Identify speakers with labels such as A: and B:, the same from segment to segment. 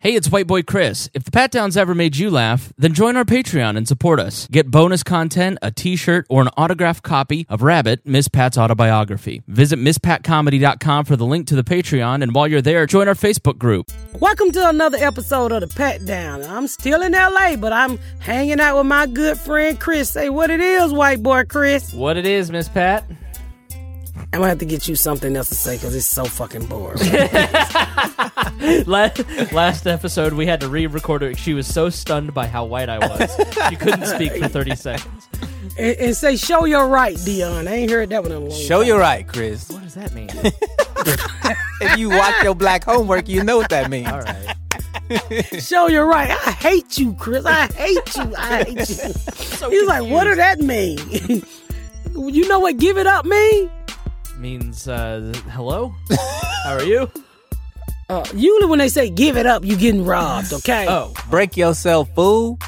A: Hey, it's White Boy Chris. If the Pat Downs ever made you laugh, then join our Patreon and support us. Get bonus content, a t shirt, or an autographed copy of Rabbit, Miss Pat's autobiography. Visit MissPatComedy.com for the link to the Patreon, and while you're there, join our Facebook group.
B: Welcome to another episode of the Pat Down. I'm still in LA, but I'm hanging out with my good friend Chris. Say what it is, white boy Chris.
A: What it is, Miss Pat?
B: I'm gonna have to get you something else to say because it's so fucking boring.
A: Last, last episode, we had to re record her. She was so stunned by how white I was. She couldn't speak for 30 seconds.
B: and, and say, show your right, Dion. I ain't heard that one in a long
C: Show your right, Chris.
A: What does that mean?
C: If you watch your black homework, you know what that means.
A: All right.
B: time. Show your right. I hate you, Chris. I hate you. I hate you. He's like, what did that mean? you know what give it up mean?
A: Means, uh, hello? How are you?
B: Uh, usually when they say give it up, you getting robbed, okay?
A: Oh.
C: Break yourself, fool.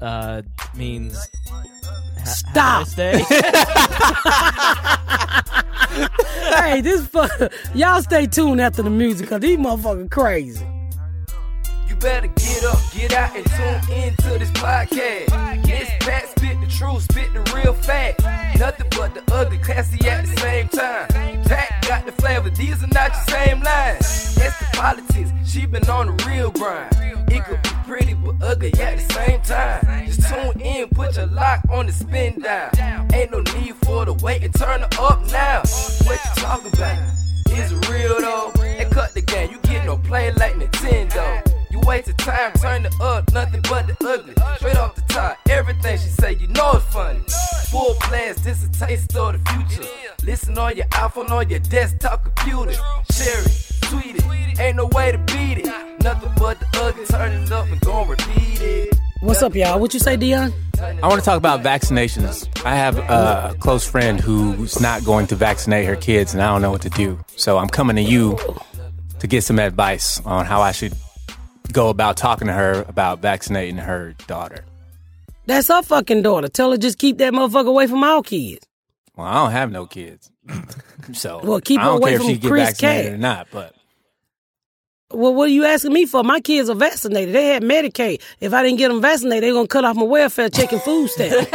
A: uh, means
B: Stop.
A: this day.
B: hey, this fuck. Y'all stay tuned after the music because these motherfuckers crazy.
D: You better get up, get out, and tune in to this podcast. This Pat spit the truth, spit the real fact. Nothing but the ugly, classy at the same time. Pat got the flavor, these are not your same lines. It's the politics, she been on the real grind. It could be pretty but ugly at the same time. Just tune in, put your lock on the spin down. Ain't no need for the wait and turn it up now. What you talking about? It's real though. And cut the game, you get no play like Nintendo. You wasted time, turn it up, nothing but the ugly. Straight off the top, everything she say, you know it's funny. Full blast, this a taste of the future. Listen on your iPhone, on your desktop computer. Share it, tweet it, ain't no way to beat it. Nothing but the ugly, turn it up and gon' repeat it.
B: What's up, y'all? What you say, Dion?
C: I want to talk about vaccinations. I have a close friend who's not going to vaccinate her kids, and I don't know what to do. So I'm coming to you to get some advice on how I should go about talking to her about vaccinating her daughter.
B: That's her fucking daughter. Tell her just keep that motherfucker away from all kids.
C: Well, I don't have no kids, so
B: Well, keep
C: I
B: her
C: don't
B: away
C: care
B: from
C: if she get
B: Chris
C: vaccinated
B: K.
C: or not. But
B: Well, what are you asking me for? My kids are vaccinated. They had Medicaid. If I didn't get them vaccinated, they gonna cut off my welfare check and food stamp.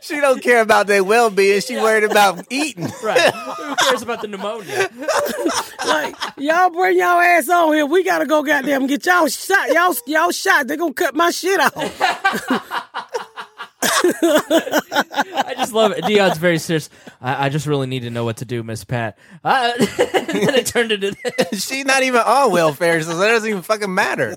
C: she don't care about their well being. She worried about eating.
A: right. Who cares about the pneumonia?
B: like y'all bring y'all ass on here. We gotta go goddamn get y'all shot. Y'all y'all shot. They gonna cut my shit off.
A: I just love it. Dion's very serious. I, I just really need to know what to do, Miss Pat. Uh, and then it turned into this.
C: She's not even on welfare, so that doesn't even fucking matter.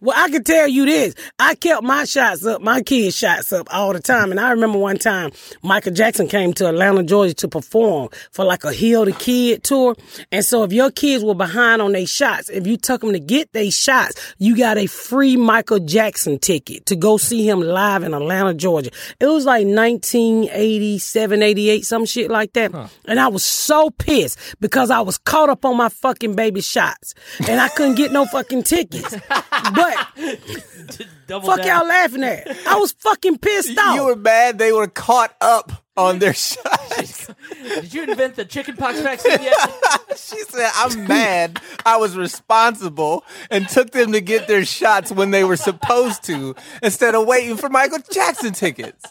B: Well, I can tell you this. I kept my shots up, my kids' shots up all the time. And I remember one time Michael Jackson came to Atlanta, Georgia to perform for like a Heal the Kid tour. And so if your kids were behind on their shots, if you took them to get their shots, you got a free Michael Jackson ticket to go see him live in Atlanta, Georgia. It was like 1987, 88, some shit like that. And I was so pissed because I was caught up on my fucking baby shots and I couldn't get no fucking tickets. But
A: Double
B: fuck
A: down.
B: y'all laughing at? I was fucking pissed off.
C: You were mad they were caught up on their shots.
A: Did you invent the chicken pox vaccine yet?
C: she said, I'm mad I was responsible and took them to get their shots when they were supposed to instead of waiting for Michael Jackson tickets.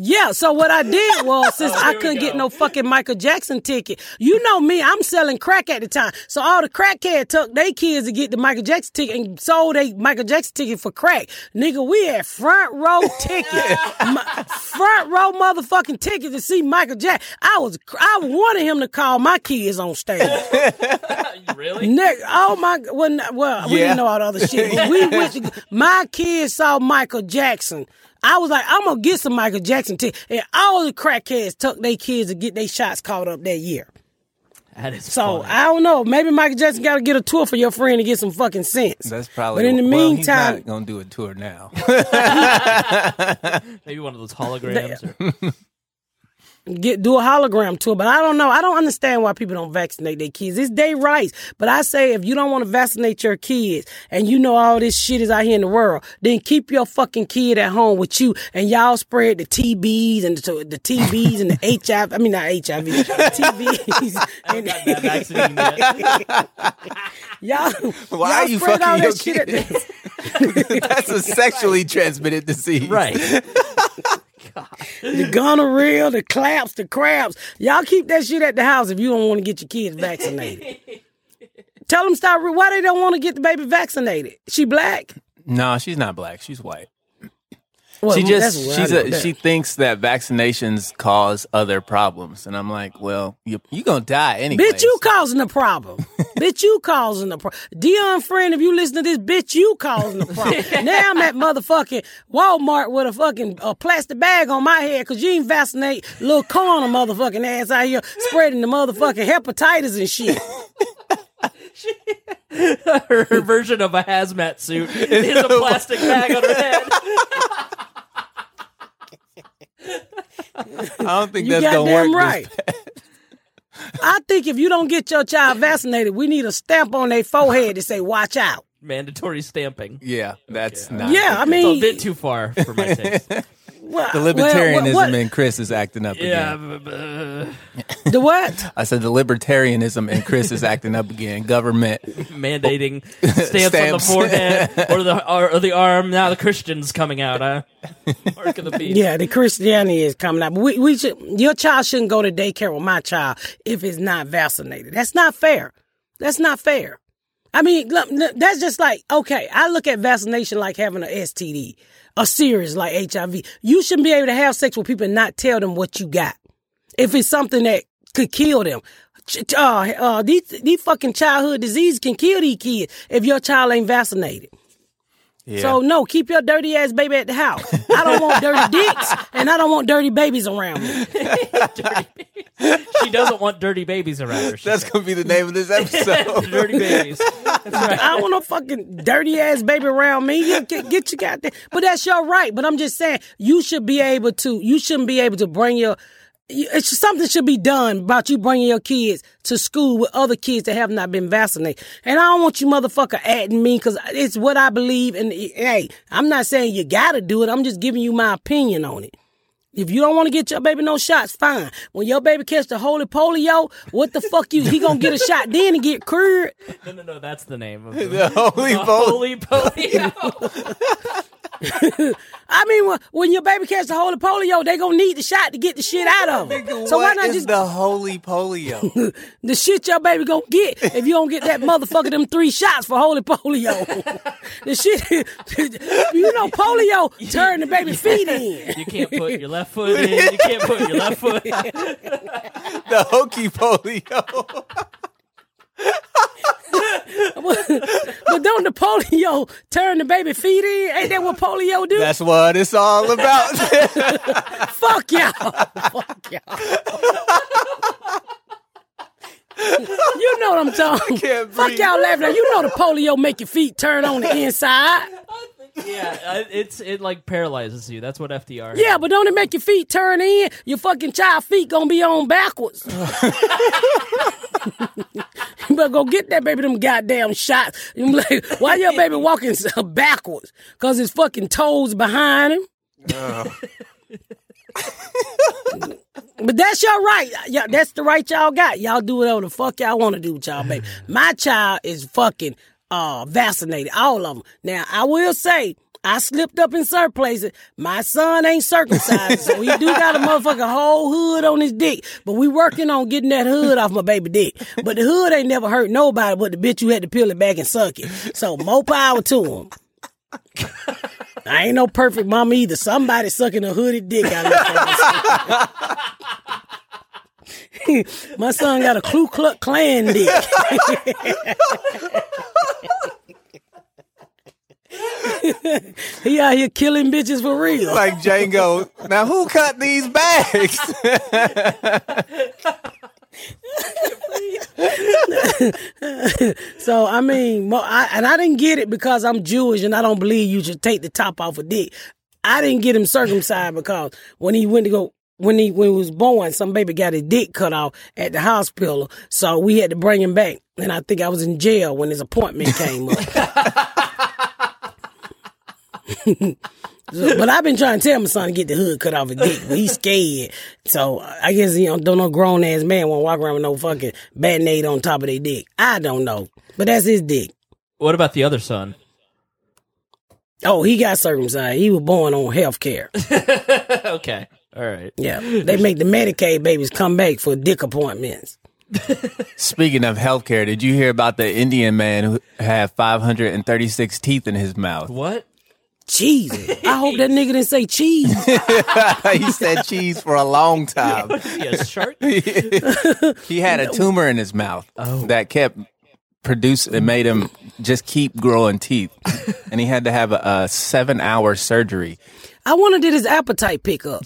B: yeah, so what I did was since I
A: Oh, we
B: couldn't
A: go.
B: get no fucking Michael Jackson ticket, you know me, I'm selling crack at the time. So all the crackhead took their kids to get the Michael Jackson ticket and sold they Michael Jackson ticket for crack. Nigga, we had front row ticket. My- front row motherfucking ticket to see Michael Jackson. I was I wanted him to call my kids on stage.
A: really?
B: Nick, oh my, well, n- well we
C: Yeah.
B: didn't know all the other shit. But we went. To, my kids saw Michael Jackson. I was like, I'm gonna get some Michael Jackson too. And all the crackheads took their kids to get their shots caught up that year.
A: That is
B: So
A: funny.
B: I don't know. Maybe Michael Jackson got to get a tour for your friend to get some fucking sense.
C: That's probably.
B: But in the
C: well, he's
B: meantime,
C: not gonna do a tour now.
A: Maybe one of those holograms. or-
B: get do a hologram tour. But I don't know. I don't understand why people don't vaccinate their kids. It's their rights. But I say if you don't want to vaccinate your kids and you know all this shit is out here in the world, then keep your fucking kid at home with you and y'all spread the TBs and the, the TBs and the HIV. I mean not HIV, TBs and y'all.
C: Why
B: y'all
C: are you
B: spread
C: fucking
B: all
C: your
B: that shit at
C: kid?
B: the-
C: That's a sexually transmitted disease.
A: Right.
B: the gonorrhea, the claps, the crabs. Y'all keep that shit at the house if you don't want to get your kids vaccinated. Tell them stop. re- Why they don't want to get the baby vaccinated? She black.
C: No, she's not black. She's white.
B: Well,
C: she
B: that's
C: just
B: what I
C: she's
B: know
C: a,
B: that.
C: she thinks that vaccinations cause other problems, and I'm like, well, you you gonna die anyway.
B: Bitch, you causing the problem. bitch, you causing the problem. Dion friend, if you listen to this, bitch, you causing the problem. now I'm at motherfucking Walmart with a fucking uh, plastic bag on my head because you ain't vaccinate little corner motherfucking ass out here spreading the motherfucking hepatitis and shit.
A: her, her version of a hazmat suit is a plastic bag on her head.
C: I don't think
B: You
C: that's gonna
B: goddamn
C: work. this
B: right. I think if you don't get your child vaccinated, we need a stamp on their forehead to say "Watch out."
A: Mandatory stamping.
C: Yeah, that's not.
B: Yeah,
A: It's
B: I
A: a
B: mean,
A: bit too far for my taste.
B: well,
C: the
B: well,
C: libertarianism
B: what-
C: in Chris is acting up
A: yeah.
C: again.
A: b- b-
B: the what?
C: I said the libertarianism in Chris is acting up again. Government.
A: Mandating stamps, on the
C: Stamps.
A: forehead or the or, or the arm. Now the Christian's coming out, huh? Mark of the beast.
B: Yeah, the Christianity is coming out. But we, we should, your child shouldn't go to daycare with my child if it's not vaccinated. That's not fair. That's not fair. I mean, look, look, that's just like okay. I look at vaccination like having an STD, a serious like HIV. You shouldn't be able to have sex with people and not tell them what you got. if it's something that could kill them. Ch- ch- Uh, uh, these, these fucking childhood diseases can kill these kids if your child ain't vaccinated.
C: Yeah.
B: So no, keep your dirty ass baby at the house. I don't want dirty dicks and I don't want dirty babies around me.
A: She doesn't want dirty babies around her. She
C: that's gonna be the name of this episode.
A: dirty babies.
B: I don't want no fucking dirty ass baby around me. You get, get you goddamn. But that's your right. But I'm just saying, you should be able to. You shouldn't be able to bring your. you- It's, something should be done about you bringing your kids to school with other kids that have not been vaccinated. And I don't want you motherfucker adding me because it's what I believe. And hey, I'm not saying you gotta do it. I'm just giving you my opinion on it. If you don't want to get your baby no shots, fine. When your baby catch the holy polio, what the fuck you? He gonna get a shot then and get cured?
A: No, no, no. That's the name of the
C: the holy bowl.
A: Holy polio.
B: I mean, when, when your baby catch the holy polio, they gonna need the shot to get the shit out of them. So why
C: What
B: not
C: is
B: just the-,
C: the holy polio?
B: shit your baby gonna get if you don't get that motherfucker them three shots for holy polio? the shit, you know, polio turn the baby feet in.
A: You can't put your left foot in. You can't put your left foot.
C: the hokey polio.
B: But don't the polio turn the baby feet in? Ain't that what polio do?
C: That's what it's all about.
B: Fuck y'all. Fuck y'all. you know what I'm talking
C: can't
B: Fuck
C: breathe.
B: y'all laughing. at. You know the polio make your feet turn on the inside.
A: Yeah, uh, it's it like paralyzes you. That's what FDR.
B: Yeah, but don't it make your feet turn in? Your fucking child feet gonna be on backwards. but go get that baby them goddamn shots. You like, why your baby walking so backwards? Cause his fucking toes behind him. But that's your right. Yeah, that's the right y'all got. Y'all do whatever the fuck y'all want to do with y'all baby. My child is fucking uh vaccinated, all of them. Now I will say. I slipped up in certain places. My son ain't circumcised, so he do got a motherfucking whole hood on his dick. But we working on getting that hood off my baby dick. But the hood ain't never hurt nobody. But the bitch who had to peel it back and suck it. So more power to him. I ain't no perfect mom either. Somebody sucking a hooded dick out of that My son got a Ku Klux Klan dick. he out here killing bitches for real.
C: like Django. Now who cut these bags?
B: So I mean, mo- I, and I didn't get it because I'm Jewish and I don't believe you should take the top off a dick. I didn't get him circumcised because when he went to go when he when he was born, some baby got his dick cut off at the hospital, so we had to bring him back. And I think I was in jail when his appointment came up. So- but I've been trying to tell my son to get the hood cut off his dick, but he's scared. So I guess you know, don't no grown ass man want to walk around with no fucking band-aid on top of their dick. I don't know, but that's his dick.
E: What about the other son?
B: Oh, he got circumcised. He was born on health care.
E: okay. All right.
B: Yeah, they make the Medicaid babies come back for dick appointments.
C: Speaking of healthcare, did you hear about the Indian man who had 536 teeth in his mouth?
E: What?
B: Jesus, I hope that nigga didn't say cheese.
C: he said cheese for a long time.
E: Yeah, shark.
C: He had a tumor in his mouth that kept producing, it made him just keep growing teeth. and he had to have a, a seven hour surgery.
B: I wonder did his appetite pick up?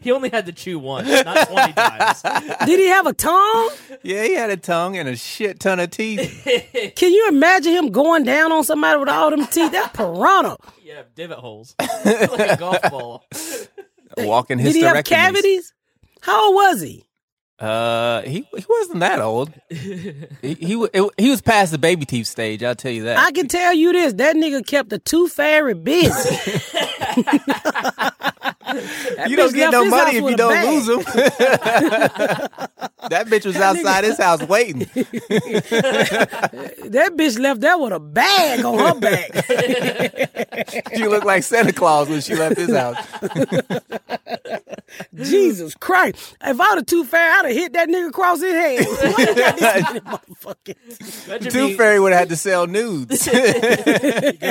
E: he only had to chew once, not twenty times.
B: Did he have a tongue?
C: Yeah, he had a tongue and a shit ton of teeth.
B: Can you imagine him going down on somebody with all them teeth? That piranha.
E: Yeah, divot holes like a golf ball.
C: Walking hysterectomies.
B: Did he have cavities? How old was he?
C: Uh, he he wasn't that old. he he, wa- it- he was past the baby teeth stage. I'll tell you that.
B: I can tell you this: that nigga kept the two fairy busy.
C: you
B: bitch left his house with a bag.
C: them. that bitch was outside his house waiting.
B: That bitch left that with a bag on her back.
C: She looked like Santa Claus when she left his house.
B: Jesus Christ! If I'd have two fairy, I'd have hit that nigga across his head. Why you got this many motherfuckers?
E: Imagine
C: Tooth
E: me-
C: Fairy would have had to sell nudes.
E: you go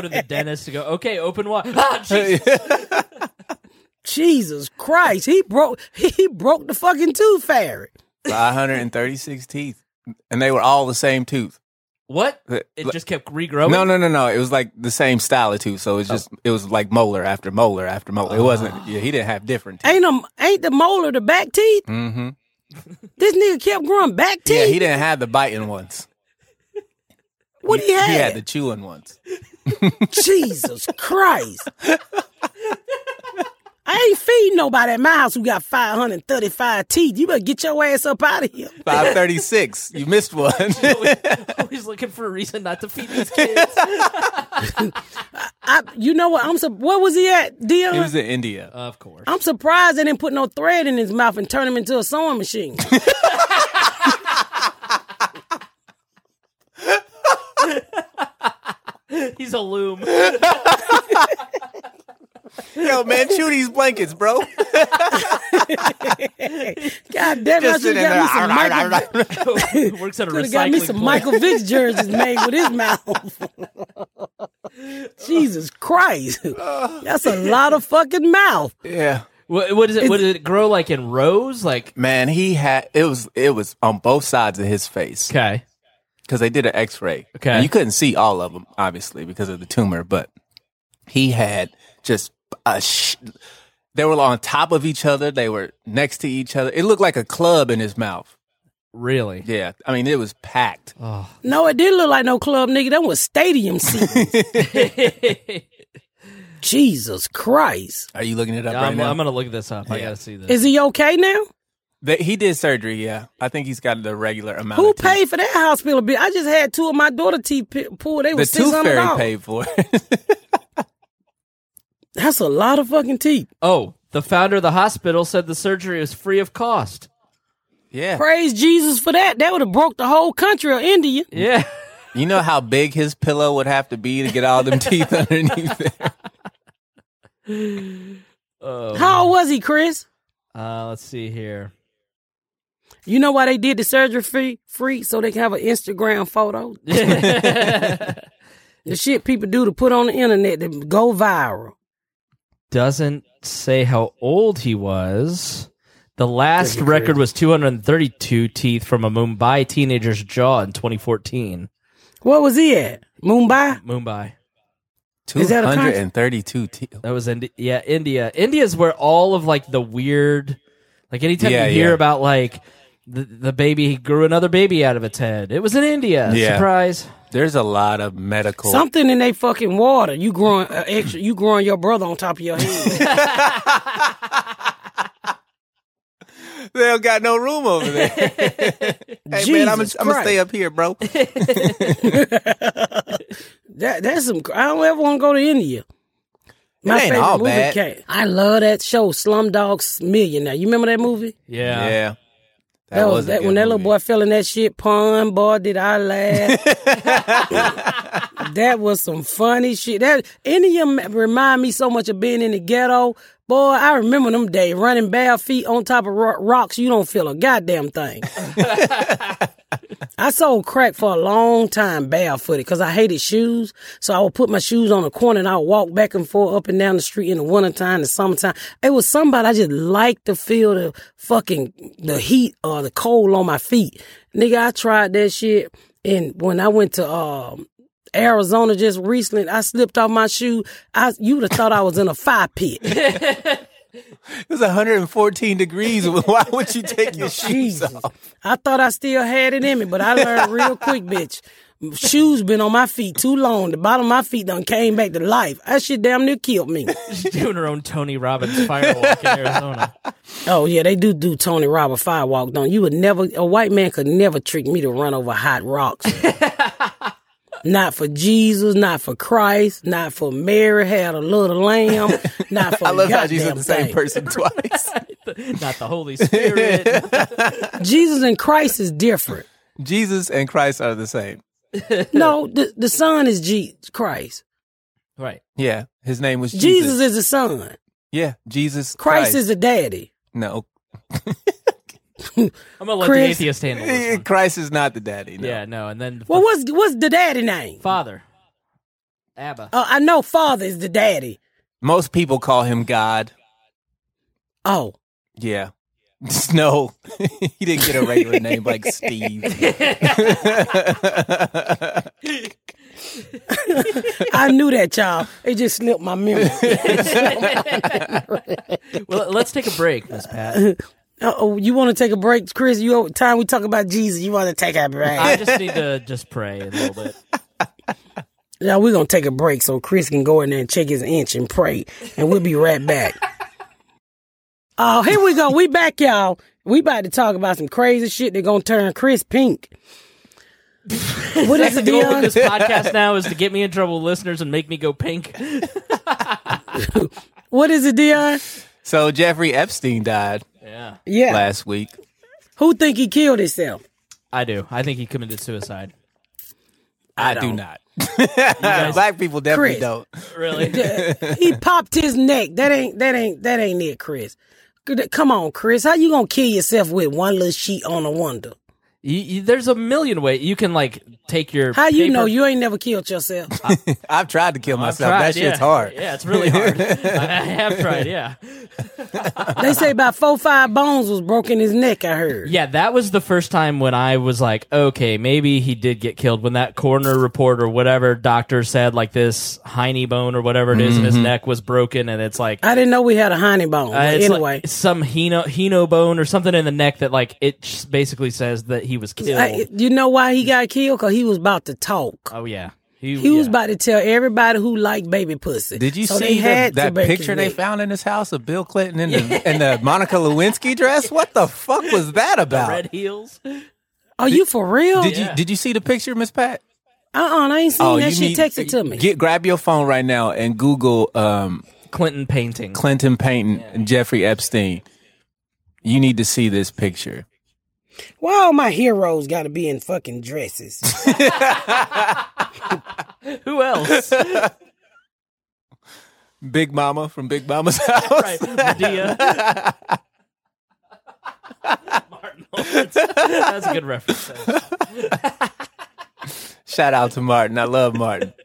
E: to the dentist to go, okay, open wide. Ah, jeez.
B: Jesus Christ! He broke. He broke the fucking two fairy.
C: 536 teeth, and they were all the same tooth.
E: What?
C: Look.
E: It just kept regrowing.
C: No, no, no, no. It was like the same style of tooth. So it's just it was like molar after molar after molar. It wasn't. Yeah, he didn't have different teeth.
B: Ain't um, ain't the molar the back teeth?
C: Mm-hmm.
B: This nigga kept growing back teeth.
C: Yeah, he didn't have the biting ones.
B: what he,
C: He
B: had?
C: had the chewing ones.
B: Jesus Christ! I ain't feeding nobody at my house who got five hundred thirty-five teeth. You better get your ass up out of here.
C: 536. You missed one.
E: Always looking for a reason not to feed these kids.
B: I, you know what? I'm su- What was he at, Dion?
C: it was in India.
E: of course.
B: I'm surprised they didn't put no thread in his mouth and turn him into a sewing machine.
E: He's a loom.
C: Yo, man, chew these blankets, bro.
B: God damn, I should
C: Just sitting
B: have
C: there.
B: got me some Michael.
E: Works at a recycling
B: Could have got me some
E: plant.
B: Michael Vick jerseys made with his mouth. Jesus Christ, that's a lot of fucking mouth.
C: yeah.
E: What, what is it? What did it grow like in rows? Like
C: Man, he had it was it was on both sides of his face
E: okay,
C: because they did an X-ray.
E: Okay.
C: And you couldn't see all of them, obviously, because of the tumor. But he had just a. Sh- they were on top of each other. They were next to each other. It looked like a club in his mouth.
E: really?
C: Yeah, I mean it was packed.
E: Uh,
B: No, it didn't look like no club, nigga. That was stadium seat. Jesus Christ,
C: Are you looking it up right
E: I'm,
C: now?
E: I'm gonna look this up. I
C: Yeah.
E: gotta see this.
B: is he okay now?
C: They- he did surgery. Yeah, I think he's got the regular amount.
B: Who
C: of teeth.
B: paid for that hospital bill? I just had two of my daughter teeth pi- pulled. They
C: The
B: were six
C: tooth
B: hundred
C: fairy
B: dollars.
C: paid for it.
B: That's a lot of fucking teeth.
E: oh, the founder of the hospital said the surgery was free of cost.
C: yeah,
B: Praise Jesus for that. That would have broke the whole country of India.
E: Yeah.
C: You know how big his pillow would have to be to get all them teeth underneath there?
B: How old was he, Chris?
E: Uh, let's see here.
B: You know why they did the surgery free, free so they can have an Instagram photo? the shit people do to put on the internet to go viral.
E: Doesn't say how old he was. The last record was 232 teeth from a Mumbai teenager's jaw in 2014.
B: What was he at? Mumbai?
E: Mumbai.
B: Is that a contract?
C: 232 teeth.
E: That was Indi- yeah, India. India's where all of like the weird like anytime
C: Yeah,
E: you hear
C: yeah.
E: about like the, the baby grew another baby out of its head. It was in India.
C: Yeah.
E: Surprise.
C: There's a lot of medical.
B: Something in they fucking water. You growing uh, extra. You growing your brother on top of your head.
C: They don't got no room over there. hey man, I'm gonna
B: Jesus
C: I'm gonna
B: Christ.
C: stay up here, bro.
B: that that's some. I don't ever want to go to India. My
C: ain't all bad.
B: came- I love that show, Slumdog Millionaire. You remember that movie?
E: Yeah.
C: yeah.
B: That was,
C: a
B: that
C: good
B: when that little
C: movie.
B: boy fell in that shit pond, boy, did I laugh. that was some funny shit. That India m- remind me so much of being in the ghetto. Boy, I remember them days running bare feet on top of ro- rocks. You don't feel a goddamn thing. I sold crack for a long time barefooted because I hated shoes. So I would put my shoes on a corner and I would walk back and forth up and down the street in the wintertime, the summertime. It was somebody I just liked to feel the fucking the heat or the cold on my feet. Nigga, I tried that shit. And when I went to um, Arizona just recently, I slipped off my shoe. I you'd have thought I was in a fire pit.
C: It was 114 degrees. Why would you take your shoes
B: Jesus.
C: off?
B: I thought I still had it in me, but I learned real quick, bitch. Shoes been on my feet too long. The bottom of my feet done came back to life. That shit damn near killed me.
E: She's doing her own Tony Robbins firewalk in Arizona.
B: oh yeah, they do do Tony Robert firewalk. Don't you would never a white man could never trick me to run over hot rocks. not for Jesus, not for Christ, not for Mary had a little lamb, not for
C: I love how
B: goddamn
C: you said the same
B: thing.
C: person twice.
E: Not the Holy Spirit.
B: Jesus and Christ is different.
C: Jesus and Christ are the same.
B: No, the the Son is Jesus Christ.
E: right.
C: Yeah, his name was Jesus.
B: Jesus is the Son.
C: yeah, Jesus
B: Christ
C: Christ.
B: is the daddy.
C: no.
E: I'm going to let
B: Chris-
E: the atheist handle this
C: Eh,
E: one.
C: Christ is not the daddy. No.
E: Yeah, no. And then the
B: Well, what's what's the daddy name?
E: father. Abba.
B: Uh, I know Father is the daddy.
C: Most people call him God.
B: Oh,
C: Yeah. No, he didn't get a regular name like Steve.
B: I knew that, y'all. It just slipped my memory.
E: well, let's take a break, Miss Pat.
B: Uh oh, you want to take a break, Chris? You time we talk about Jesus, you want to take a
E: I
B: break?
E: just need to just pray a little bit.
B: now we're gonna take a break so Chris can go in there and check his inch and pray, and we'll be right back. Oh, here we go. We back, y'all. We about to talk about some crazy shit that gonna turn Chris pink. what is it,
E: The goal of
B: Dion?
E: this podcast now is to get me in trouble with listeners and make me go pink.
B: What is it, Dion?
C: so Jeffrey Epstein died
E: Yeah,
B: Yeah.
C: last week.
B: Who think he killed himself?
E: I do. I think he committed suicide.
C: I, do
B: don't.
C: not. Black people definitely
B: Chris.
C: don't.
E: Really?
B: he popped his neck. That ain't that ain't that ain't it, Chris. Good- Come on, Chris. How you gonna kill yourself with one little sheet on a wonder?
E: You, you, there's a million ways you can like take your.
B: How you
E: paper-
B: know you ain't never killed yourself?
C: I've tried to kill myself.
E: Tried,
C: that
E: yeah.
C: shit's hard.
E: Yeah, it's really hard. I, I have tried. Yeah,
B: they say about four five bones was broken his neck. I heard.
E: yeah. That was the first time when I was like, okay, maybe he did get killed. When that coroner report or whatever doctor said like this hiney bone or whatever it is in his neck was broken, and it's like
B: I didn't know we had a honey bone.
E: Uh,
B: But
E: it's like
B: anyway,
E: some heno, heno bone or something in the neck that like it just basically says that he was killed.
B: I- you know why he got killed? Cause he was about to talk.
E: oh yeah, he,
B: He was
E: yeah.
B: about to tell everybody who liked baby pussy.
C: Did you
B: So they
C: see the-
B: had to
C: that
B: break his
C: picture they
B: neck.
C: found in his house of Bill Clinton in the, in the Monica Lewinsky dress? What the fuck was that about?
E: red heels.
B: Are you for real?
C: Did
E: Yeah.
C: you did you see the picture, Miss Pat?
B: Uh uh I ain't seen that
C: you
B: shit.
C: need-
B: Text it to me.
C: Get grab your phone right now and Google um,
E: Clinton painting.
C: Clinton Payton and Jeffrey Epstein. You need to see this picture.
B: Why all my heroes got to be in fucking dresses?
E: Who else?
C: Big Mama from Big Mama's house.
E: right, Medea. Martin Lawrence. That's a good reference.
C: Shout out to Martin. I love Martin.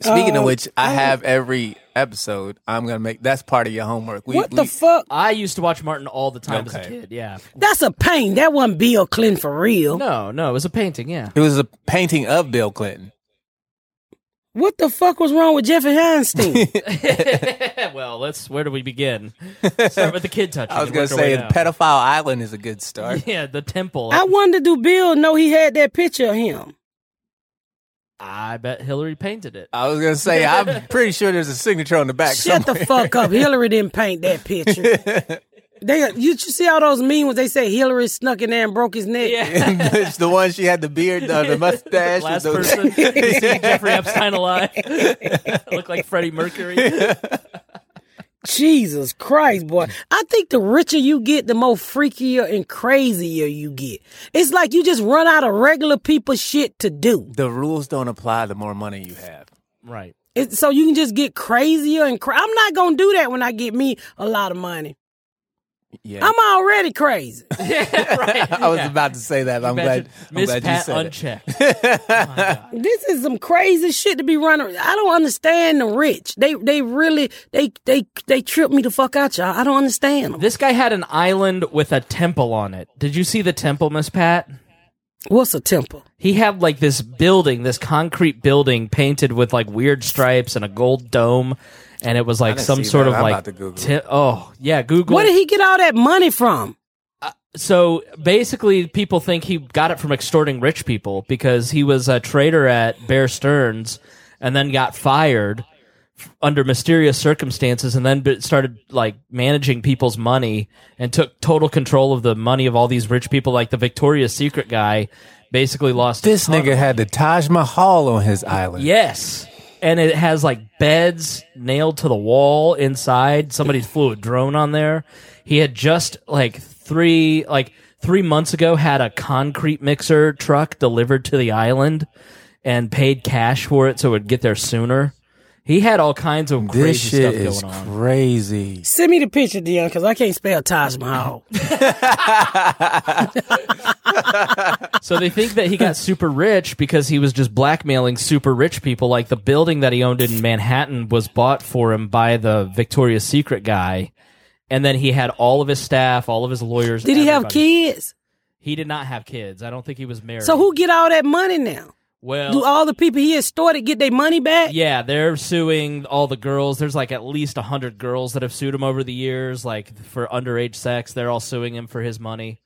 C: Speaking of
B: Uh,
C: which, I have every episode. I'm gonna make that's part of your homework. We,
B: What
C: we-
B: the fuck?
E: I used to watch Martin all the time as a
C: Okay.
E: kid. Yeah.
B: That's a pain. That wasn't Bill Clinton for real.
E: No, no, it was a painting. Yeah.
C: It was a painting of Bill Clinton.
B: What the fuck was wrong with Jeffrey Einstein?
E: well, let's. Where do we begin? Start with the kid touching.
C: I was
E: and
C: gonna
E: work our way
C: say
E: down.
C: Pedophile Island is a good start.
E: Yeah, the temple.
B: I
E: I,
B: wonder do Bill know he had that picture of him?
E: bet Hillary painted it.
C: I was gonna say I'm pretty sure there's a signature on the back.
B: Shut
C: somewhere.
B: the fuck up. Hillary didn't paint that picture. They, you, you see all those memes when they say Hillary snuck in there and broke his neck?
C: it's the one she had the beard, uh, the mustache.
E: Last
C: and those-
E: person to see Jeffrey Epstein alive. Look like Freddie Mercury.
B: Jesus Christ, boy. I think the richer you get, the more freakier and crazier you get. It's like you just run out of regular people shit to do.
C: The rules don't apply. The more money you have,
E: right.
B: It, so you can just get crazier and cra- I'm not going to do that when I get me a lot of money.
C: yeah.
B: I'm already crazy.
C: I was about to say that. But I'm glad. I'm
E: Miss
C: glad you
E: Pat
C: said it.
E: unchecked.
B: this is some crazy shit to be running. I don't understand the rich. They they really they they they trip me the fuck out, y'all. I don't understand 'em.
E: This guy had an island with a temple on it. Did you see the temple, Miss Pat?
B: What's a temple?
E: He had like this building, this concrete building painted with like weird stripes and a gold dome, and it was like
C: didn't
E: some
C: see
E: sort
C: that.
E: of
C: I'm
E: like
C: about to Google
E: te- oh yeah, Google.
B: Where did he get all that money from?
E: so basically, people think he got it from extorting rich people because he was a trader at Bear Stearns and then got fired f- under mysterious circumstances and then b- started like managing people's money and took total control of the money of all these rich people like the Victoria's Secret guy basically lost a
C: This
E: ton
C: nigga
E: of-
C: had the Taj Mahal on his island.
E: Yes. And it has like beds nailed to the wall inside. Somebody flew a drone on there. He had just like three like three months ago had a concrete mixer truck delivered to the island and paid cash for it so it would get there sooner. He had all kinds of crazy
C: This shit
E: stuff
C: is
E: going on.
C: crazy.
B: Send me the picture, Dion, because I can't spell Taj Mahal.
E: So they think that he got super rich because he was just blackmailing super rich people. Like the building that he owned in Manhattan was bought for him by the Victoria's Secret guy. And then he had all of his staff, all of his lawyers.
B: Did he have
E: everybody.
B: kids?
E: He did not have kids. I don't think he was married.
B: So who get all that money now?
E: Well,
B: Do all the people he extorted get their money back?
E: yeah, they're suing all the girls. There's like at least a hundred girls that have sued him over the years, like for underage sex. They're all suing him for his money.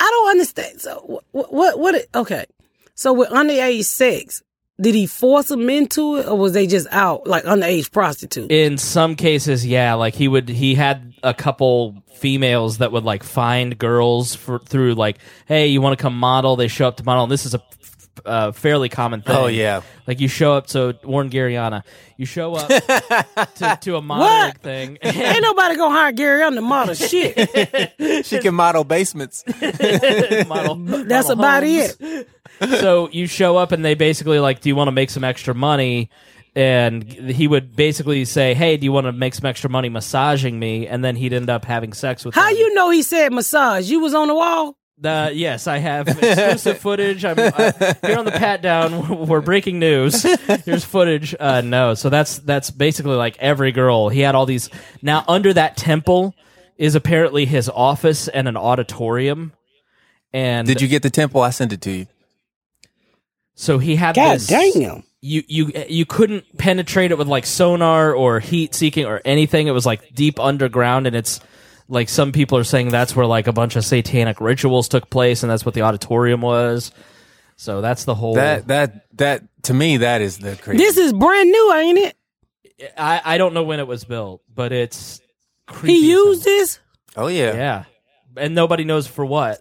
B: I don't understand. So what? What? what it- okay. So with underage sex, did he force them into it, or was they just out like underage prostitutes?
E: in some cases yeah like he would he had a couple females that would like find girls for through like hey you want to come model they show up to model and this is a f- uh, fairly common thing
C: Oh, yeah.
E: like you show up so warren Gariana, you show up to, to a modeling
B: What?
E: thing
B: Ain't nobody gonna hire Gary on the model shit.
C: She can model basements.
E: model
B: That's
E: model
B: about
E: homes.
B: it.
E: so you show up and they basically like, do you want to make some extra money? And he would basically say, "Hey, do you want to make some extra money massaging me?" And then he'd end up having sex with.
B: How
E: them.
B: you know he said massage? You was on the wall.
E: Uh, yes, I have exclusive footage. I'm uh, here on the pat down. We're breaking news. Here's footage. Uh, no, so that's that's basically like every girl. He had all these. Now under that temple is apparently his office and an auditorium. And
C: Did you get the temple? I sent it to you.
E: so he had
B: God
E: this.
B: dang him.
E: you you you couldn't penetrate it with like sonar or heat seeking or anything. It was like deep underground, and it's like some people are saying that's where like a bunch of satanic rituals took place, and that's what the auditorium was. So that's the whole.
C: That that that to me that is the crazy.
B: This is brand new, ain't it?
E: I I don't know when it was built, but it's creepy.
B: He used this.
C: oh yeah.
E: yeah, and nobody knows for what.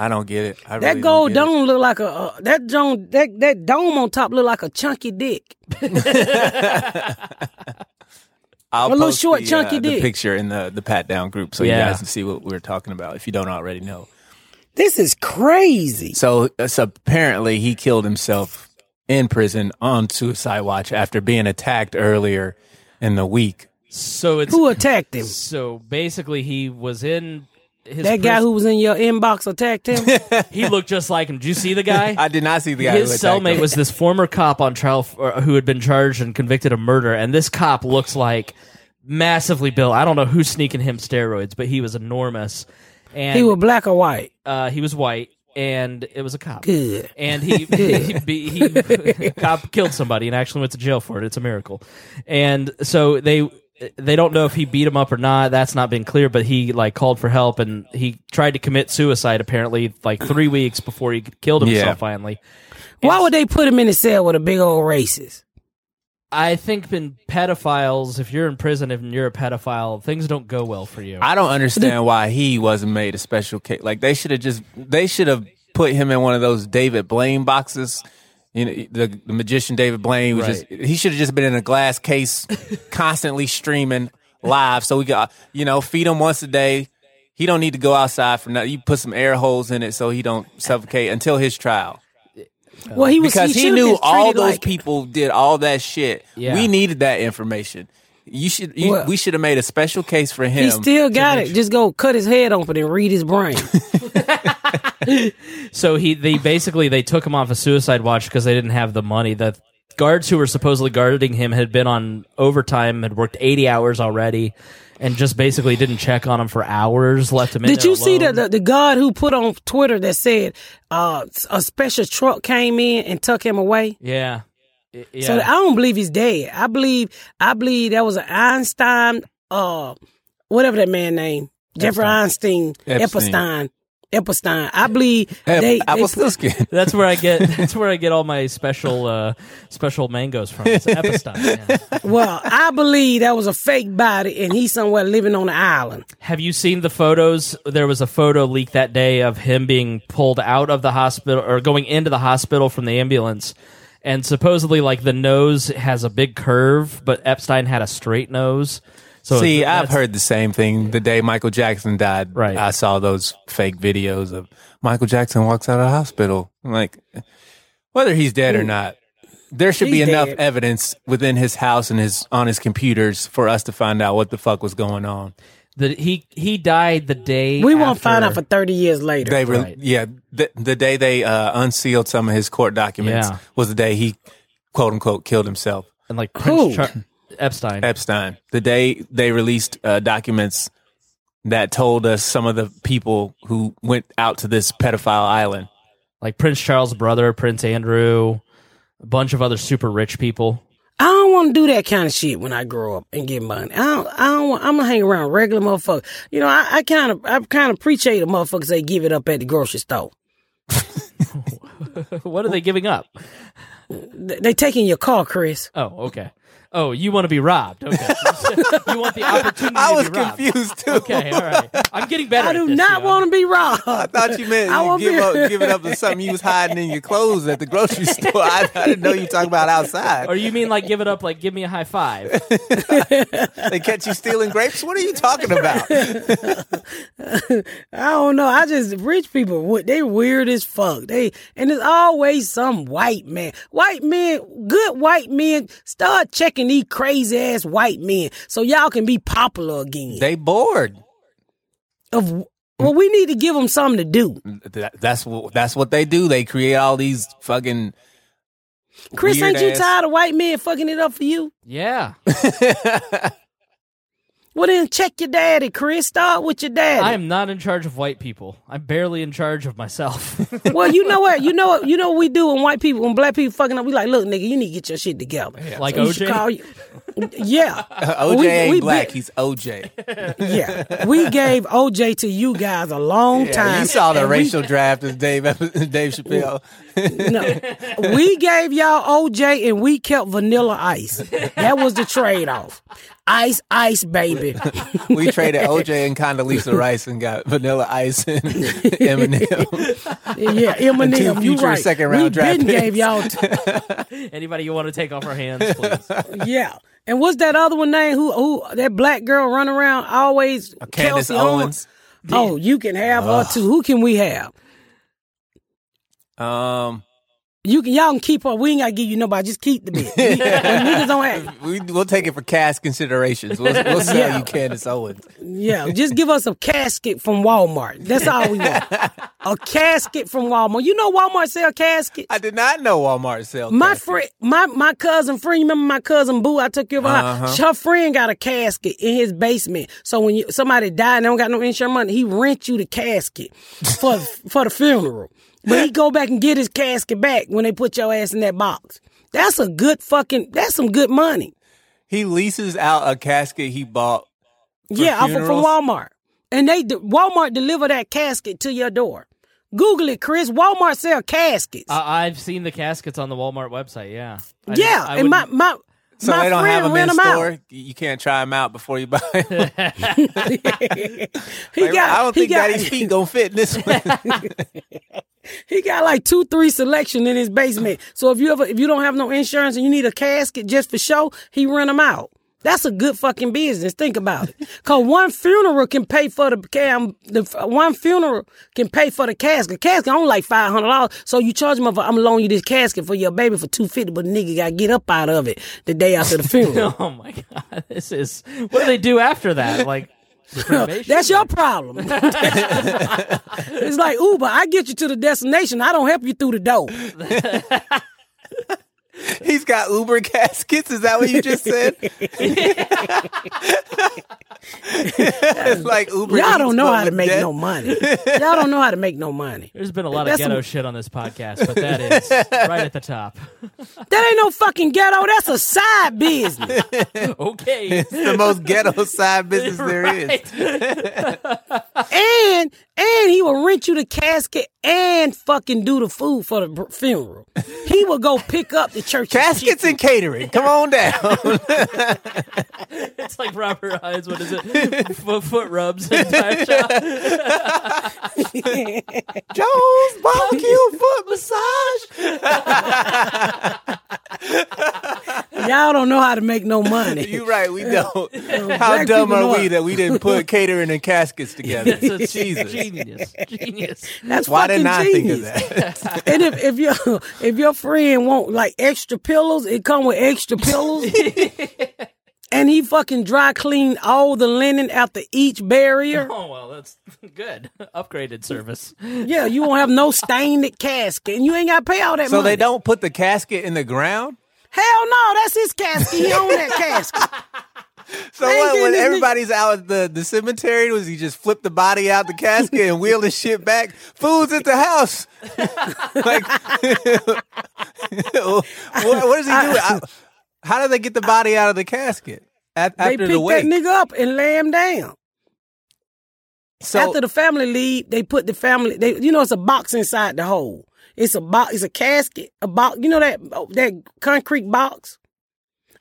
C: I don't get it. I
B: That
C: really
B: gold
C: don't.
B: dome look like a uh, that dome that that dome on top look like a chunky dick.
C: i
B: A little short, chunky
C: the
B: dick.
C: picture in the the pat down group so
E: Yeah.
C: you guys can see what we're talking about if you don't already know.
B: This is crazy.
C: So, uh, so apparently he killed himself in prison on suicide watch after being attacked earlier in the week.
E: So it's
B: Who attacked him?
E: so basically he was in his
B: That guy
E: prison-
B: who was in your inbox attacked him.
E: he looked just like him. Did you see the guy?
C: I did not see the guy. who
E: his
C: attacked
E: cellmate
C: him.
E: was this former cop on trial f- or who had been charged and convicted of murder, and this cop looks like massively built. I don't know who's sneaking him steroids, but he was enormous, and
B: he was black or white.
E: uh, he was white. and it was a cop.
B: Good.
E: And he he, be- he cop killed somebody and actually went to jail for it. It's a miracle. And so they they don't know if he beat him up or not. That's not been clear, but he like called for help and he tried to commit suicide apparently like 3 weeks before he killed himself
C: Yeah.
E: finally.
B: Why would they put him in a cell with a big old racist?
E: I think in pedophiles, if you're in prison and you're a pedophile, things don't go well for you.
C: I don't understand why he wasn't made a special case. Like they should have just they should have put him in one of those David Blaine boxes. You know, the, the magician David Blaine was just he should have just been in a glass case, constantly streaming live. So we got you know feed him once a day. He don't need to go outside for nothing. You put some air holes in it so he don't suffocate until his trial
B: Well, he was
C: because he,
B: should've
C: knew
B: been
C: all
B: treated
C: those
B: like-
C: people did all that shit.
E: Yeah.
C: We needed that information. You should you,
B: Well-
C: we should have made a special case for him.
B: He still got it. Just go cut his head open and read his brain.
E: So he they basically they took him off a suicide watch because they didn't have the money. The guards who were supposedly guarding him had been on overtime, had worked eighty hours already, and just basically didn't check on him for hours. Left him. in
B: Did
E: there
B: you see the,
E: alone.
B: the the guard who put on Twitter that said uh, a special truck came in and took him away?
E: Yeah. Y- Yeah.
B: So I don't believe he's dead. I believe I believe that was an Einstein, uh, whatever that man name, Jeffrey Einstein,
C: Epstein.
B: Epstein, Epstein. I believe
C: Hey,
B: they,
C: I
B: they
C: was still scared.
E: that's where I get. That's where I get all my special, uh, special mangoes from. It's Epstein. yeah.
B: well, I believe that was a fake body, and he's somewhere living on an island.
E: Have you seen the photos? There was a photo leak that day of him being pulled out of the hospital or going into the hospital from the ambulance. And supposedly, like, the nose has a big curve, but Epstein had a straight nose. So
C: See,
E: it's-
C: I've
E: that's-
C: heard the same thing. The day Michael Jackson died,
E: Right.
C: I saw those fake videos of Michael Jackson walks out of the hospital. I'm like, whether he's dead or not, there should be
B: He's
C: enough
B: dead.
C: evidence within his house and his on his computers for us to find out what the fuck was going on.
E: that he he died the day
B: We won't find out
E: after-
B: for thirty years later.
C: They were,
E: Right.
C: yeah, the, the day they uh, unsealed some of his court documents
E: Yeah.
C: was the day he, quote unquote, killed himself.
E: and like Prince
B: Who?
E: Char- Epstein.
C: Epstein. The day they released uh, documents that told us some of the people who went out to this pedophile island.
E: like Prince Charles' brother, Prince Andrew, a bunch of other super rich people.
B: I don't want to do that kind of shit when I grow up and get money. I don't. I don't. Want, I'm gonna hang around regular motherfuckers. You know, I kind of, I kind of appreciate the motherfuckers they give it up at the grocery store.
E: what are they giving up?
B: They, they taking your car, Chris.
E: Oh, okay. Oh, you want to be robbed? Okay. you want the opportunity.
C: I
E: to
C: was
E: be robbed.
C: confused too.
E: Okay, all right. I'm getting better.
B: I
E: at
B: do
E: this,
B: not
E: yo.
B: want to be robbed. I
C: Thought you meant
B: I
C: you
B: won't
C: give
B: be-
C: up, giving up to something you was hiding in your clothes at the grocery store. I, I didn't know you were talking about
E: Or
C: outside.
E: you mean like give it up? Like give me a high five?
C: They catch you stealing grapes. What are you talking about?
B: don't know. I just rich people. what- They weird as fuck. They and it's always some white man. White men, good white men. Start checking these crazy ass white men so y'all can be popular again.
C: They bored.
B: of well, we need to give them something to do.
C: Th- That's what that's what they do. They create all these fucking.
B: Chris,
C: Weird
B: ain't you
C: ass-
B: tired of white men fucking it up for you?
E: Yeah,
B: Well, then check your daddy, Chris. Start with your daddy.
E: I am not in charge of white people. I'm barely in charge of myself.
B: well, you know what? You know what? You know what we do when white people, when black people fucking up. We like, look, nigga, you need to get your shit together.
E: Like
B: You should
E: OJ?
B: call you- Yeah.
C: OJ
B: We-
C: ain't
B: we
C: black.
B: bit-
C: He's OJ.
B: yeah. We gave OJ to you guys a long
C: You
B: time.
C: saw the racial draft of Dave Dave Chappelle.
B: No. we gave y'all OJ and we kept vanilla ice. That was the trade off. Ice, ice, baby.
C: We traded OJ and Condoleezza Rice and got Vanilla Ice and Eminem.
B: Yeah,
C: two
B: Eminem, you
C: future
B: right.
C: second
B: we
C: round draft
B: been
C: picks.
B: gave y'all. T-
E: Anybody you want to take off our hands, please?
B: Yeah. And what's that other one name? Who who that black girl run around always?
C: Candace
B: Kelsey
C: Owens.
B: Oh, you can have her too. Who can we have?
C: Um,
B: You can y'all can keep her. We ain't gotta give you nobody. Just keep the bitch. When niggas don't have.
C: We, we'll take it for cash considerations. We'll, we'll sell you Candace Owens.
B: Yeah, just give us a casket from Walmart. That's all we want. A casket from Walmart. You know Walmart sell caskets.
C: I did not know Walmart sells.
B: My
C: caskets.
B: friend, my my cousin friend. You remember my cousin Boo? I took you over. her house.
C: Uh-huh.
B: Her friend got a casket in his basement. So when you, somebody died and they don't got no insurance money, he rent you the casket for for the funeral. But he go back and get his casket back when they put your ass in that box. That's a good fucking. That's some good money.
C: he leases out a casket he bought.
B: yeah, off of- from
C: funerals?
B: Walmart, and they de- Walmart deliver that casket to your door. Google it, Chris. Walmart sell caskets.
E: I- I've seen the caskets on the Walmart website. Yeah. I just-
B: yeah,
E: I
B: and my
E: wouldn't-
B: my.
C: So
B: my
C: they don't
B: friend
C: have them
B: rent
C: in
B: them
C: store.
B: out.
C: Y- You can't try them out before you buy 'em.
B: He got.
C: I don't
B: he
C: think
B: got,
C: Daddy's feet gonna fit in this one.
B: He got like two, three selection in his basement. So if you ever, if you don't have no insurance and you need a casket just for show, he rent them out. That's a good fucking business. Think about it. Cause one funeral can pay for the cam. The one funeral can pay for the casket. Casket only like five hundred dollars. So you charge him for I'm gonna loan you this casket for your baby for two fifty, but the nigga gotta get up out of it the day after the funeral.
E: Oh my god! This is what do they do after that? Like, cremation?
B: That's your problem. it's like Uber. I get you to the destination. I don't help you through the door.
C: He's got Uber caskets. Is that what you just said? it's like Uber.
B: Y'all don't
C: Eats,
B: know
C: but
B: how to
C: with
B: make
C: death.
B: no money. Y'all don't know how to make no money.
E: There's been a lot of
B: That's
E: ghetto
B: some-
E: shit on this podcast, but that is right at the top.
B: That ain't no fucking ghetto. That's a side business.
E: Okay.
C: It's the most ghetto side business there is.
B: and and he will rent you the casket and fucking do the food for the br- funeral. He will go pick up the church
C: Caskets and catering. Come on down.
E: It's like Robert Hines. What is it? Foot, foot rubs and time shop.
C: Jones barbecue foot massage.
B: Y'all don't know how to make no money.
C: You're right. We don't. How
B: Black
C: dumb
B: people
C: are
B: know
C: we
B: how-
C: that we didn't put catering and caskets together?
E: It's a
C: Jesus.
E: genius, genius.
B: That's
C: Why
B: fucking
C: didn't I think
B: genius.
C: of that?
B: And if if your if your friend want like extra pillows, it come with extra pillows. and he fucking dry clean all the linen after each barrier.
E: Oh well, that's good. Upgraded service.
B: Yeah, you won't have no stained casket, and you ain't got to pay all that
C: So
B: money.
C: they don't put the casket in the ground.
B: Hell no, that's his casket. He own that casket.
C: So
B: I ain't
C: what,
B: getting
C: when
B: this nigga-
C: everybody's out at the, the cemetery, was he just flip the body out the casket and wheel the shit back? Food's at the house. like, what, what does he do? I- how do they get the body out of the casket at,
B: They
C: after
B: pick
C: the
B: that
C: wake?
B: nigga up and lay him down.
C: so
B: After the family leave, they put the family. They, you know, it's a box inside the hole. It's a box. It's a casket. A box. You know that oh, that concrete box.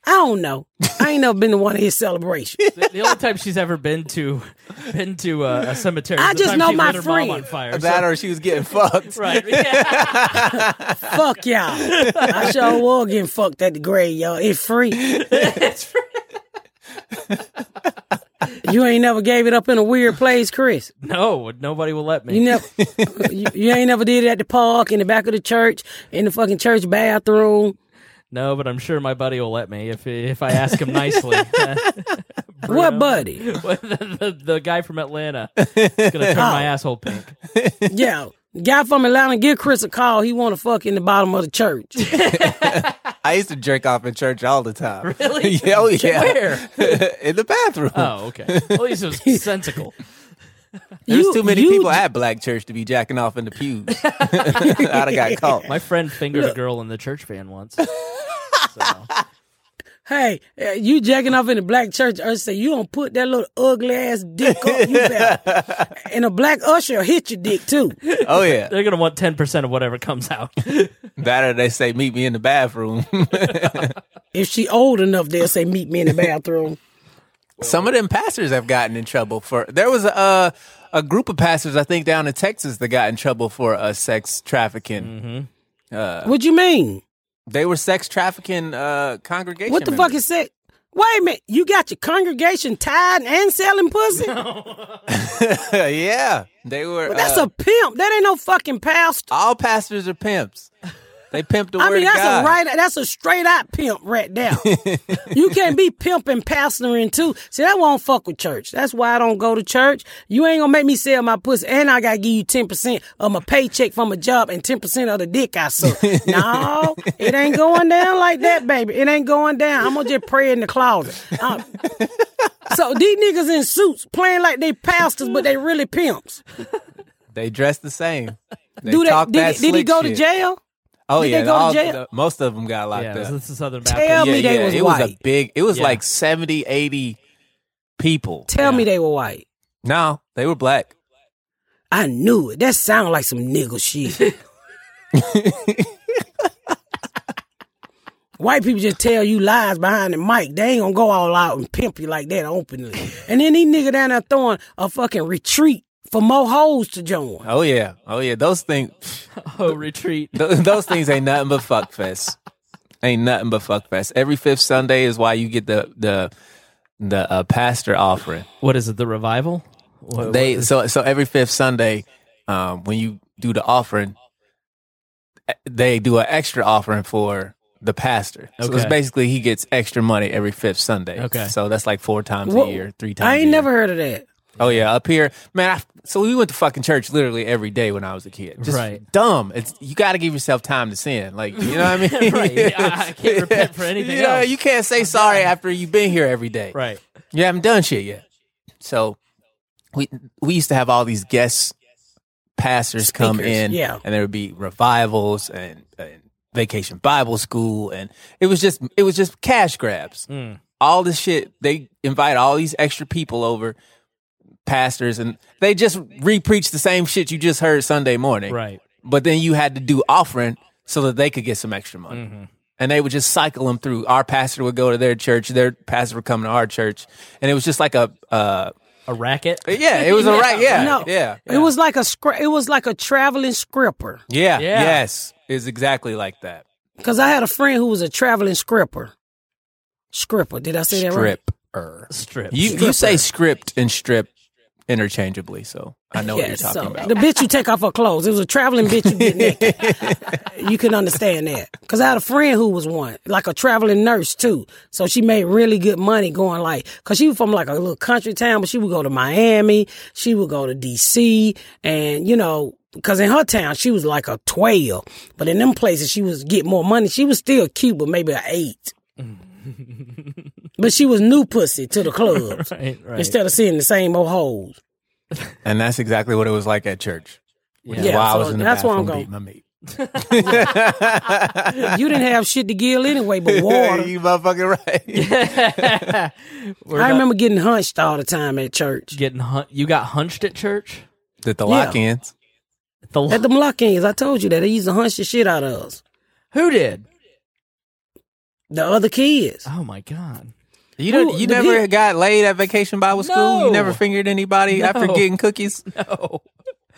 B: I don't know. I ain't never been to one of his celebrations.
E: The, the only time she's ever been to been to uh, a, a cemetery. is
B: I
E: the
B: just
E: time
B: know
E: she
B: my
E: lit her mom
B: friend.
E: on fire. so-
C: that or she was getting fucked.
E: right. Yeah.
B: Fuck y'all. I sure was getting fucked at the grave, y'all. It's free.
E: It's for-
B: You ain't never gave it up in a weird place, Chris.
E: no, nobody will let me.
B: You never, you, you ain't never did it at the park, in the back of the church, in the fucking church bathroom.
E: no, but I'm sure my buddy will let me if if I ask him nicely.
B: What, buddy?
E: the, the, the guy from Atlanta is gonna turn my
B: Oh.
E: asshole pink.
B: Yeah, guy from Atlanta, give Chris a call. He want to fuck in the bottom of the church.
C: I used to jerk off in church all the time. Really? yeah, oh, yeah.
E: Where?
C: in the bathroom.
E: Oh, okay. At least it was sensical.
C: There's
B: You-
C: too many
B: you
C: people
B: j-
C: at black church to be jacking off in the pews. I'd have got caught.
E: My friend fingered a girl in the church van once.
B: Hey, uh, you jacking off in the black church? Usher say you don't put that little ugly ass dick up. You better. and a black usher will hit your dick too.
C: Oh yeah.
E: They're gonna want ten percent of whatever comes out.
C: That or they say meet me in the bathroom.
B: If she old enough, they'll say meet me in the bathroom.
C: Some of them pastors have gotten in trouble for. There was a uh, a group of pastors I think down in Texas that got in trouble for uh, sex trafficking.
E: Mm-hmm.
B: What you mean?
C: They were sex trafficking uh, congregation.
B: What the fuck is that? Wait a minute, you got your congregation tied and selling pussy?
C: fuck? yeah, they were.
B: That's
C: uh,
B: a pimp. That ain't no fucking pastor.
C: all pastors are pimps. They pimped the
B: I
C: word
B: mean,
C: of
B: that's
C: God.
B: a right. That's a straight out pimp right there. you can't be pimping, pastoring too. See, that won't fuck with church. That's why I don't go to church. You ain't gonna make me sell my pussy, and I gotta give you ten percent of my paycheck from a job and ten percent of the dick I suck. no, it ain't going down like that, baby. It ain't going down. I'm gonna just pray in the closet. I'm- so these niggas in suits playing like they pastors, but they really pimps.
C: They dress the same. They
B: Do they?
C: talk that
B: Did, did he
C: slick
B: go to
C: shit.
B: jail?
C: Oh
B: Did
C: yeah,
B: they go to
C: all
B: jail?
C: the- most of them got locked
E: Yeah,
C: up.
E: this is Southern
B: Tell
E: Baptist.
B: me they was
C: it was a
B: white.
C: big. It was
E: Yeah.
C: like 70, 80 people.
B: Tell me they were white.
C: No, they were black.
B: I knew it. That sounded like some nigga shit. White people just tell you lies behind the mic. They ain't gonna go all out and pimp you like that openly. And then these nigga down there throwing a fucking retreat for more hoes to join.
C: Oh yeah, oh yeah. Those things,
E: Oh, retreat.
C: th- those things ain't nothing but fuck fest. Ain't nothing but fuck fest. Every fifth Sunday is why you get the the the uh, pastor offering.
E: What is it? The revival? What-
C: They so so every fifth Sunday, um, when you do the offering, eh, they do an extra offering for the pastor. So it's
E: Okay.
C: basically he gets extra money every fifth Sunday.
E: Okay.
C: So that's like four times
B: Wha-
C: a year, three times.
B: I
C: a
B: ain't
C: year.
B: never heard of that.
C: Oh yeah, up here, man. I, so we went to fucking church literally every day when I was a kid. Just
E: Right.
C: Dumb. It's you got to give yourself time to sin. Like you know what I mean?
E: Right. Yeah, I- I can't repent for anything
C: you know,
E: else.
C: you can't say sorry after you've been here every day.
E: Right.
C: You haven't done shit yet. So we we used to have all these guest pastors come
B: Speakers,
C: in,
B: yeah.
C: and there would be revivals and, and vacation Bible school, and it was just it was just cash grabs.
B: Hmm.
C: All this shit they invite all these extra people over, pastors, and they just repreach the same shit you just heard Sunday morning,
E: Right.
C: But then you had to do offering so that they could get some extra money and they would just cycle them through. Our pastor would go to their church, their pastor would come to our church, and it was just like a, uh,
E: A racket?
C: yeah, it was a right, yeah,
B: No,
C: yeah, yeah.
B: It was like a scra- It was like a traveling scripper.
C: yeah,
E: Yeah.
C: yes, it's exactly like that.
B: Cause I had a friend who was a traveling scripper. Scripper. Did I say that right?
C: Stripper.
E: Strip.
C: You you say script and strip interchangeably, so I know what
B: Yeah,
C: you're talking
B: so
C: about.
B: The bitch you take off her clothes. It was a traveling bitch you get naked. you can understand that. Because I had a friend who was one, like a traveling nurse too. So she made really good money going like, because she was from like a little country town, but she would go to Miami, she would go to DC, and you know, because in her town she was like a 12. But in them places she was get more money. She was still cute, but maybe an 8.
C: Mm.
B: but she was new pussy to the clubs
E: Right, right.
B: instead of seeing the same old hoes.
C: And that's exactly what it was like at church. Which is
B: Yeah,
C: why I
B: so
C: was in the
B: that's where I'm
C: bathroom beating
B: going.
C: my meat.
B: You didn't have shit to give anyway, but water.
C: you motherfucking right.
B: I remember getting hunched all the time at church.
E: Getting hun- you got hunched at church?
C: Did the lock-ins?
E: The
B: At them lock-ins, I told you that they used to hunch the shit out of us.
E: Who did?
B: The other kids.
E: Oh my god.
C: You don't,
B: Who-
C: you
B: the
C: never
B: pig-
C: got laid at vacation Bible school.
E: No.
C: You never fingered anybody after
E: No.
C: getting cookies.
E: No.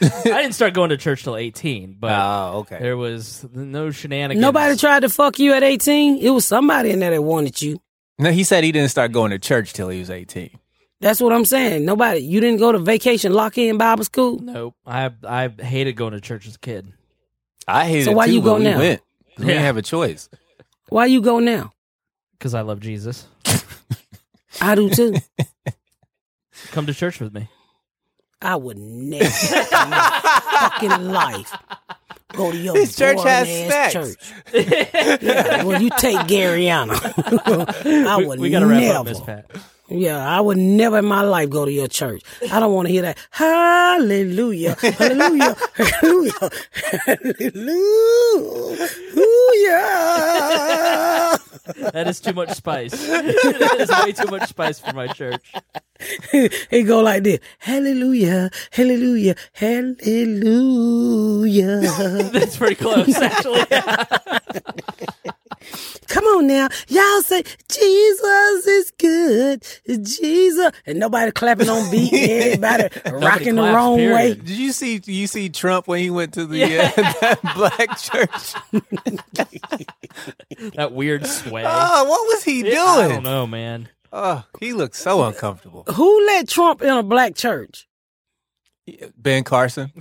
E: I didn't start going to church till 18, but
C: Oh, okay.
E: there was no shenanigans.
B: Nobody tried to fuck you at 18. It was somebody in there that wanted you.
C: No, he said he didn't start going to church till he was eighteen.
B: That's what I'm saying. Nobody. You didn't go to vacation lock-in Bible school?
E: Nope. I I hated going to church as a kid.
C: I hated.
B: So why
C: it too,
B: you
C: but
B: go
C: we
B: now?
C: Went. We
E: Yeah.
C: didn't have a choice.
B: Why you go now?
E: Because I love Jesus.
B: I do too.
E: Come to church with me.
B: I would never in my fucking life go to your
C: This church
B: boring
C: has
B: ass
C: snacks.
B: church. yeah, well, you take Garyana. I
E: We,
B: would
E: we gotta wrap
B: never.
E: up, Miss Pat.
B: Yeah, I would never in my life go to your church. I don't want to hear that. Hallelujah, hallelujah, hallelujah, hallelujah.
E: That is too much spice. that is way too much spice for my church.
B: it go like this. Hallelujah, hallelujah, hallelujah.
E: That's pretty close, actually.
B: Come on now. Y'all say, Jesus is good. Jesus. And nobody clapping on beat. Everybody rocking the
E: claps,
B: wrong way.
E: period.
C: Did you see? did You see Trump when he went to the uh, that black church?
E: that weird sway.
C: Oh, what was he doing?
E: I don't know, man.
C: Oh, he looked so uncomfortable.
B: Who let Trump in a black church?
C: Ben Carson.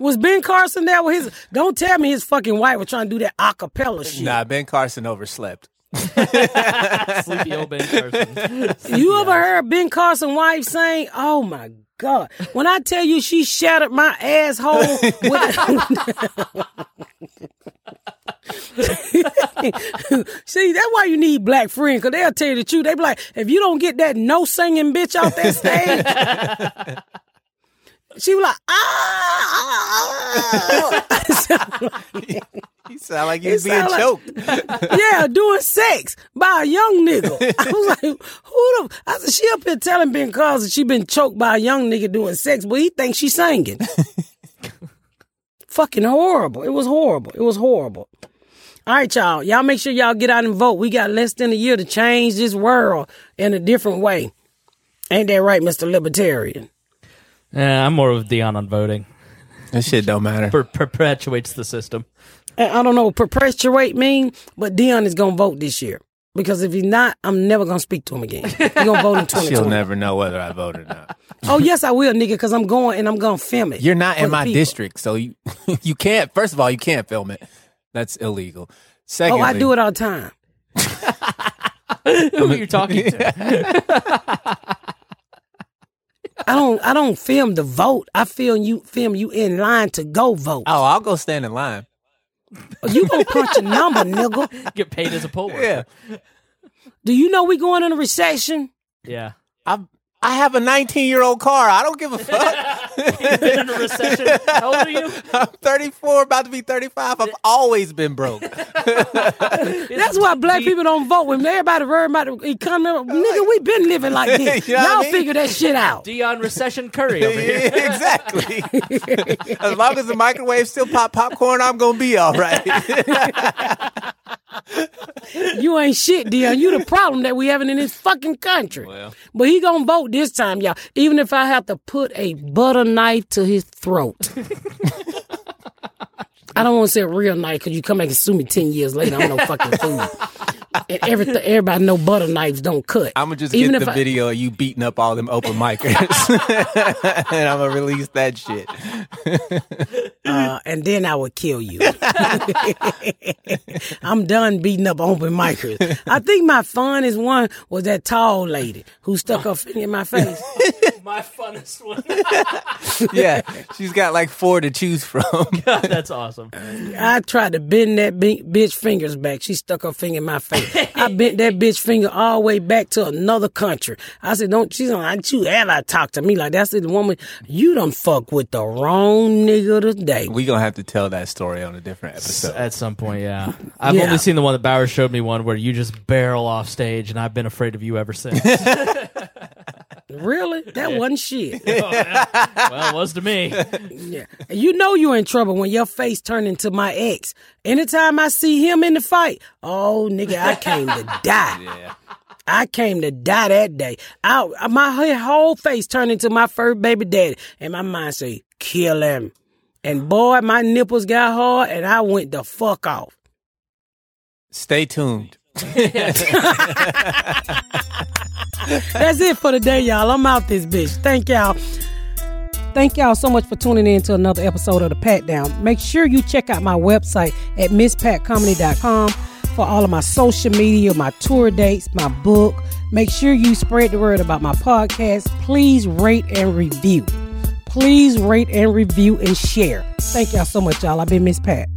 B: Was Ben Carson there with his? Don't tell me his fucking wife was trying to do that acapella shit.
C: Nah, Ben Carson overslept.
E: Sleepy old Ben Carson.
B: You ever heard Ben Carson wife saying, "Oh my God"? When I tell you she shattered my asshole. with- See, that's why you need black friends, cause they'll tell you the truth. They be like, if you don't get that no singing bitch off that stage. She was like, ah, ah, ah.
C: You sound like you
B: It
C: being
B: sound like-
C: choked.
B: yeah, doing sex by a young nigga. I was like, who the? I said, she up here telling Ben Carson she been choked by a young nigga doing sex, but he thinks she's singing. Fucking horrible. It was horrible. It was horrible. All right, y'all. Y'all make sure y'all get out and vote. We got less than a year to change this world in a different way. Ain't that right, Mr. Libertarian?
E: Yeah, I'm more with Dion on voting.
C: That shit don't matter.
E: Per- perpetuates the system.
B: And I don't know what perpetuate mean, but Dion is gonna vote this year. Because if he's not, I'm never gonna speak to him again. He's gonna vote in 2020.
C: She'll never know whether I vote or not.
B: Oh yes, I will, nigga, because I'm going and I'm gonna film it.
C: You're not
B: for
C: in
B: the
C: my
B: people.
C: district, so you you can't. First of all, you can't film it. That's illegal.
B: Oh,
C: Secondly,
B: I do it all the time.
E: Who are you talking to?
B: I don't. I don't film the vote. I film you. Film you in line to go vote.
C: Oh, I'll go stand in line.
B: You gonna punch a number, nigga?
E: Get paid as a poll worker.
C: Yeah,
B: Do you know we going in a recession?
E: Yeah.
C: I I have a 19 year old car. I don't give a fuck.
E: Been in a recession. How old are you?
C: I'm 34, about to be 35. I've always been broke.
B: That's why black people don't vote. When everybody worried about the economy, nigga, we been living like this.
C: You know what I
B: Y'all
C: mean?
B: figure that shit out.
E: Dion recession Curry over here.
C: exactly. as long as the microwave still pop popcorn, I'm gonna be all right.
B: You ain't shit, Dion. You the problem that we having in this fucking country. But he gonna vote this time, y'all. Even if I have to put a butter knife to his throat. I don't want to say a real knife because you come back and sue me ten years later. I'm no fucking fool. And everything, everybody know butter knives don't cut.
C: I'm gonna just
B: Even
C: get
B: if
C: the
B: I-
C: video of you beating up all them open micers, and I'm gonna release that shit.
B: uh, and then I would kill you. I'm done beating up open micers. I think my funnest one was that tall lady who stuck her finger in my face.
E: My funnest one.
C: Yeah, she's got like four to choose from.
E: That's awesome.
B: I tried to bend that bi- bitch fingers back. She stuck her finger in my face. I bent that bitch finger all the way back to another country. I said, "Don't." She's like, "You ever talk to me like that?" I said, "Woman, you done fuck with the wrong nigga today."
C: We gonna have to tell that story on a different episode.
E: At some point, yeah. I've
B: Yeah.
E: only seen the one that Bauer showed me one where you just barrel off stage, and I've been afraid of you ever since.
B: Really? That wasn't shit.
E: well, it was to me.
B: Yeah. You know you in trouble when your face turned into my ex. Anytime I see him in the fight, oh nigga, I came to die. I came to die that day. I, my he- whole face turned into my first baby daddy, and my mind say, "Kill him." And boy, my nipples got hard, and I went the fuck off.
C: Stay tuned.
B: That's it for today, y'all. I'm out this bitch. Thank y'all. Thank y'all so much for tuning in to another episode of The Pat Down. Make sure you check out my website at misspatcomedy.com for all of my social media, my tour dates, my book. Make sure you spread the word about my podcast. Please rate and review. Please rate and review and share. Thank y'all so much, y'all. I've been Miss Pat.